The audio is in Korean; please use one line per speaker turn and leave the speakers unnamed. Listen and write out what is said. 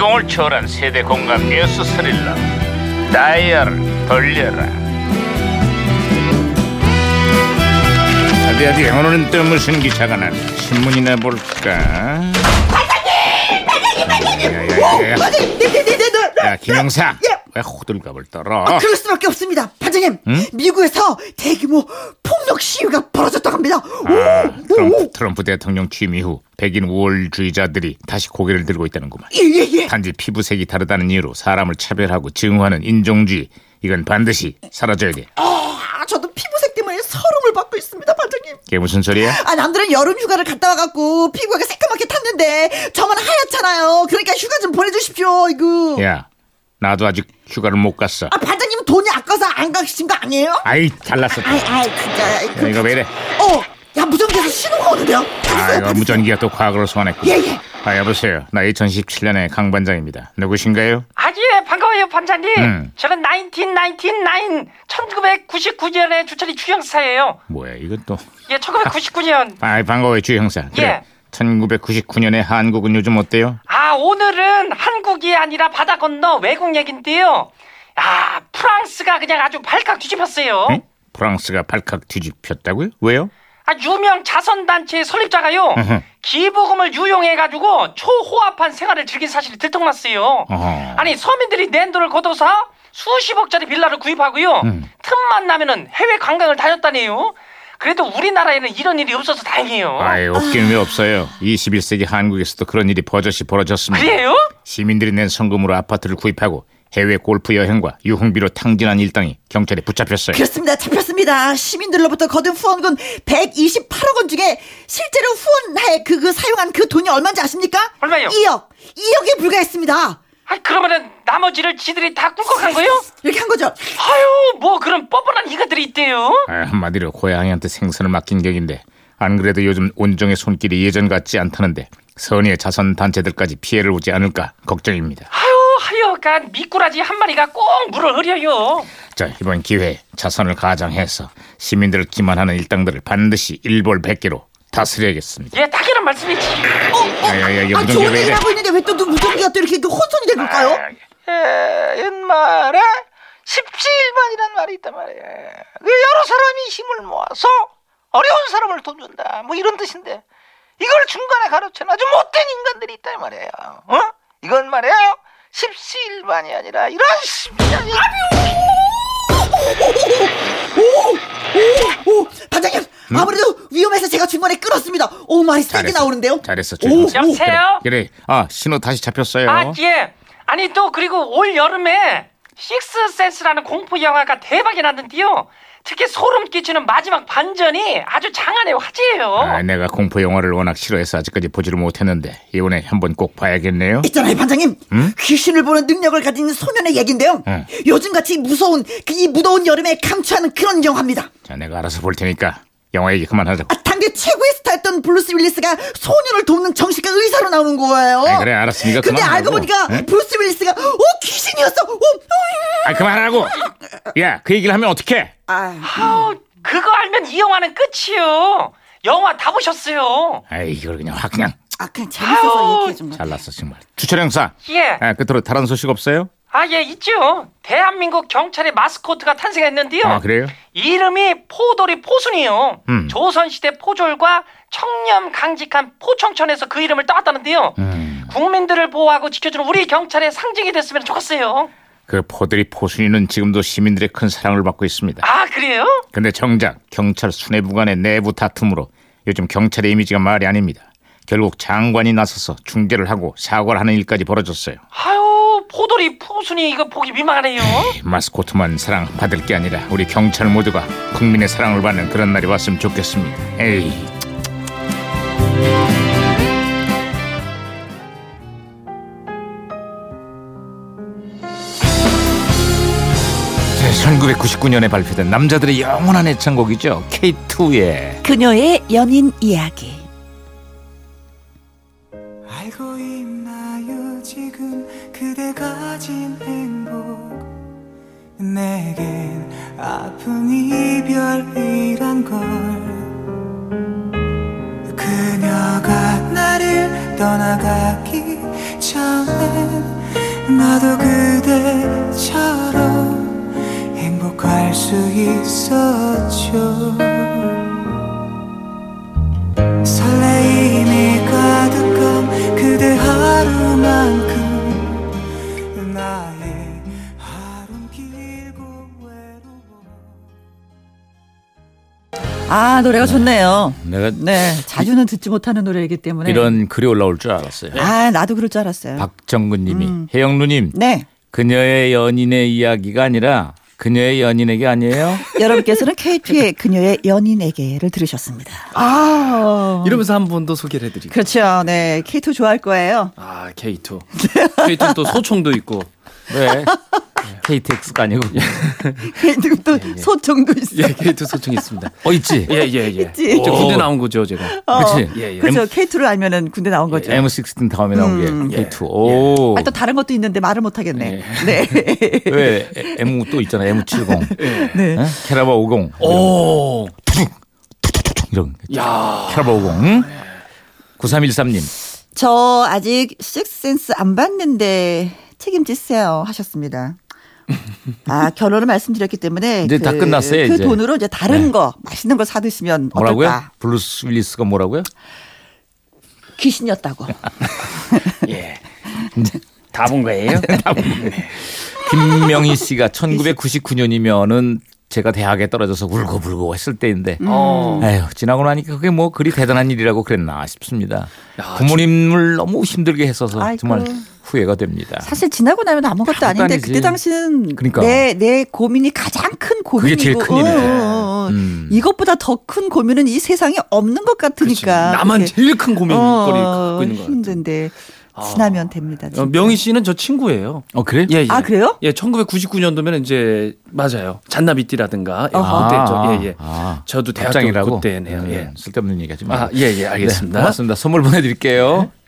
감동을 초월한 세대 공감 뉴스 스릴러 다이얼 돌려라 어디 어디 오늘은 또 무슨 기사가 난 신문이나 볼까 야야야야
반장님, 네, 네, 네, 네, 네.
야 김영사
예.
왜 호들갑을 떨어
아, 그럴 수밖에 없습니다. 반장님, 미국에서 대규모 폭력 시위가 벌어졌다고 합니다.
아,
오, 오,
트럼프,
오.
트럼프 대통령 취임 이후 백인 우월주의자들이 다시 고개를 들고 있다는구만
예, 예, 예.
단지 피부색이 다르다는 이유로 사람을 차별하고 증오하는 인종주의 이건 반드시 사라져야 돼.
아, 저도 피부색 때문에 서름을 받고 있습니다, 반장님.
그게 무슨 소리야?
아, 남들은 여름 휴가를 갔다 와갖고 피부가 새까맣게 탔는데 저만 하얗잖아요. 그러니까 휴가 좀 보내주십시오, 이거.
야, 나도 아직 휴가를 못 갔어.
아, 반장님 돈이 아까서 안 가신 거 아니에요?
아이, 잘났어.
아이, 아이, 진짜.
야, 이거 왜 이래?
어, 야, 무전기에서 신호가 오는데요?
아, 이거 무전기가 또 과거를 소환했고.
예, 예.
아, 여보세요. 나 2017년의 강 반장입니다. 누구신가요?
아, 예, 반가워요, 반장님.
음.
저는 1999, 1999년에 주철이 주형사예요.
뭐야, 이건 또.
예, 1999년.
아이, 반가워요, 주 형사. 그래.
예.
1999년의 한국은 요즘 어때요?
아, 오늘은 한국이 아니라 바다 건너 외국 얘긴데요. 아, 프랑스가 그냥 아주 발칵 뒤집혔어요.
응? 프랑스가 발칵 뒤집혔다고요? 왜요?
아, 유명 자선단체의 설립자가요.
으흠.
기부금을 유용해가지고 초호합한 생활을 즐긴 사실이 들통났어요.
어허.
아니, 서민들이 낸 돈을 걷어서 수십억짜리 빌라를 구입하고요.
음.
틈만 나면은 해외 관광을 다녔다네요. 그래도 우리나라에는 이런 일이 없어서 다행이에요.
아이, 없긴 왜 없어요. 21세기 한국에서도 그런 일이 버젓이 벌어졌습니다.
그래요?
시민들이 낸 성금으로 아파트를 구입하고 해외 골프 여행과 유흥비로 탕진한 일당이 경찰에 붙잡혔어요.
그렇습니다. 잡혔습니다. 시민들로부터 거둔 후원금 128억 원 중에 실제로 후원해 그, 그 사용한 그 돈이 얼마인지 아십니까?
얼마요?
2억. 2억에 불과했습니다.
아, 그러면은 나머지를 지들이 다 꿀꺽한 거예요?
이렇게 한 거죠. 어,
아유, 뭐 그런 뻔뻔한 이가들이 있대요.
아, 한마디로 고양이한테 생선을 맡긴 격인데 안 그래도 요즘 온종의 손길이 예전 같지 않다는데 선의의 자선 단체들까지 피해를 오지 않을까 걱정입니다.
아유, 하여간 미꾸라지 한 마리가 꼭 물을 흐려요.
자 이번 기회에 자선을 가장해서 시민들을 기만하는 일당들을 반드시 일벌백계로 다스려야겠습니다.
예, 당연한 말씀이지.
어, 어,
야, 야, 야, 이거
아,
무전기
좋은
왜
얘기
이래?
하고 있는데 왜 또 무전기가 또 이렇게 그 혼선이 된 걸까요?
예, 옛말에 17번이란 말이 있단 말이에요. 그 여러 사람이 힘을 모아서 어려운 사람을 돕는다. 뭐 이런 뜻인데 이걸 중간에 가로채는 아주 못된 인간들이 있단 말이에요. 어? 이건 말이에요. 17번이 아니라 이런 17번이
아,
오, 반장님 아무래도 위험해서 제가 중간에 끊었습니다. 오 말이 세게 나오는데요.
음? 잘했어.
오,
조용히.
오.
여보세요?
그래, 그래. 아 신호 다시 잡혔어요.
아, 예. 아니, 또, 그리고 올 여름에 식스센스라는 공포 영화가 대박이 났는데요. 특히 소름 끼치는 마지막 반전이 아주 장안의 화제예요.
아, 내가 공포 영화를 워낙 싫어해서 아직까지 보지를 못했는데 이번에 한번 꼭 봐야겠네요.
있잖아요, 반장님. 귀신을 보는 능력을 가진 소년의 얘긴데요.
응.
요즘같이 무서운 그 이 무더운 여름에 감추하는 그런 영화입니다.
자, 내가 알아서 볼 테니까 영화 얘기 그만하자고.
아, 당대 최고의 스타였던 블루스 윌리스가 소년을 돕는 정신과 의사로 나오는 거예요.
아이, 그래, 알았으니까
근데
그만하라고. 예?
알고 보니까
응?
블루스 윌리스가 어 귀신이었어. 어, 어.
아, 그만하라고. 야, 그 얘기를 하면 어떡해?
아,
아우, 그거 알면 이 영화는 끝이요. 영화 다 보셨어요.
아이, 이걸 그냥 확 그냥
아 그냥 재밌어서
아유,
얘기해 준 거.
잘났어 정말. 주철 형사.
예.
아, 끝으로 다른 소식 없어요?
아, 예, 있죠. 대한민국 경찰의 마스코트가 탄생했는데요.
아, 그래요?
이름이 포돌이 포순이요.
음.
조선시대 포졸과 청렴 강직한 포청천에서 그 이름을 따왔다는데요.
음.
국민들을 보호하고 지켜주는 우리 경찰의 상징이 됐으면 좋겠어요.
그 포들이 포순이는 지금도 시민들의 큰 사랑을 받고 있습니다.
아, 그래요?
근데 정작 경찰 수뇌부 간의 내부 다툼으로 요즘 경찰의 이미지가 말이 아닙니다. 결국 장관이 나서서 중재를 하고 사과를 하는 일까지 벌어졌어요.
아유, 포돌이 포순이 이거 보기 민망하네요.
마스코트만 사랑받을 게 아니라 우리 경찰 모두가 국민의 사랑을 받는 그런 날이 왔으면 좋겠습니다. 에이. 네, 1999년에 발표된 남자들의 영원한 애창곡이죠. K2의
그녀의 연인 이야기.
알고 있나요 지금 그대 가진 행복 내겐 아픈 이별이란 걸 그녀가 나를 떠나가기 전엔 나도 그대처럼 행복할 수 있었죠 설레임이 가득한 그대 하루만큼 나의 하루는 길고 외로워
아
예.
노래가 좋네요.
내가
네 자주는 듣지 못하는 노래이기
음.
때문에
이런 글이 올라올 줄 알았어요.
아 나도 그럴 줄 알았어요.
네. 박정근님이 혜영 누님
네
그녀의 연인의 이야기가 아니라 그녀의 연인에게 아니에요?
여러분께서는 KT의 그녀의 연인에게를 들으셨습니다. 아
이러면서 한 번 더 소개를 해드리고.
그렇죠. 네 K2 좋아할 거예요.
아 K2. K2 또 소총도 있고.
네. KTX가 아니고
지금 또 소총도
예
있어.
K2 소총 있습니다.
어 있지.
예 예예.
있지.
저 군대 나온 거죠 제가.
어,
그렇지.
예, 예.
그렇죠. K2를 알면은 군대 나온 거죠.
M16 예. 다음에 나온 게 K2. 오.
아, 또 다른 것도 있는데 말을 못하겠네.
예.
네.
왜 예, M 또 있잖아. M70.
네.
예? 캐라바 50.
오.
이런.
어. 야.
캐라바 50. 응? 9313님.
저 아직 식스센스 안 봤는데 책임지세요 하셨습니다. 아 결혼을 말씀드렸기 때문에
이제 다 끝났어요,
그
이제. 네.
돈으로 이제 다른 거 맛있는 거 사 드시면
뭐라고요?
어떨까?
블루스 윌리스가 뭐라고요?
귀신이었다고.
다 본 거예요?
김명희 씨가 1999년이면은 제가 대학에 떨어져서 울고불고 했을 때인데
어.
에휴, 지나고 나니까 그게 뭐 그리 대단한 일이라고 그랬나 싶습니다.
야,
부모님을 너무 힘들게 했어서
아이고.
정말 후회가 됩니다.
사실 지나고 나면 아무것도 아닌데
아니지.
그때 당시는
그러니까.
내, 내 고민이 가장 큰 고민이고
제일 큰 일이지.
어, 어, 어.
음.
이것보다 더 큰 고민은 이 세상에 없는 것 같으니까
그렇죠. 나만
그게,
제일 큰 고민거리
그러니까. 어,
갖고 있는 거 같아요.
힘든데 지나면 됩니다.
어,
진짜.
명희 씨는 저 친구예요.
어 그래?
예, 예.
아, 그래요?
예, 1999년도면 이제 맞아요. 잔나비띠라든가 예,
어허.
그때 저 예, 예.
아.
저도 대학교
답장이라고
그때네요.
음,
예.
쓸데없는 얘기하지 마.
아, 예, 예, 알겠습니다.
네, 고맙습니다. 선물 보내드릴게요.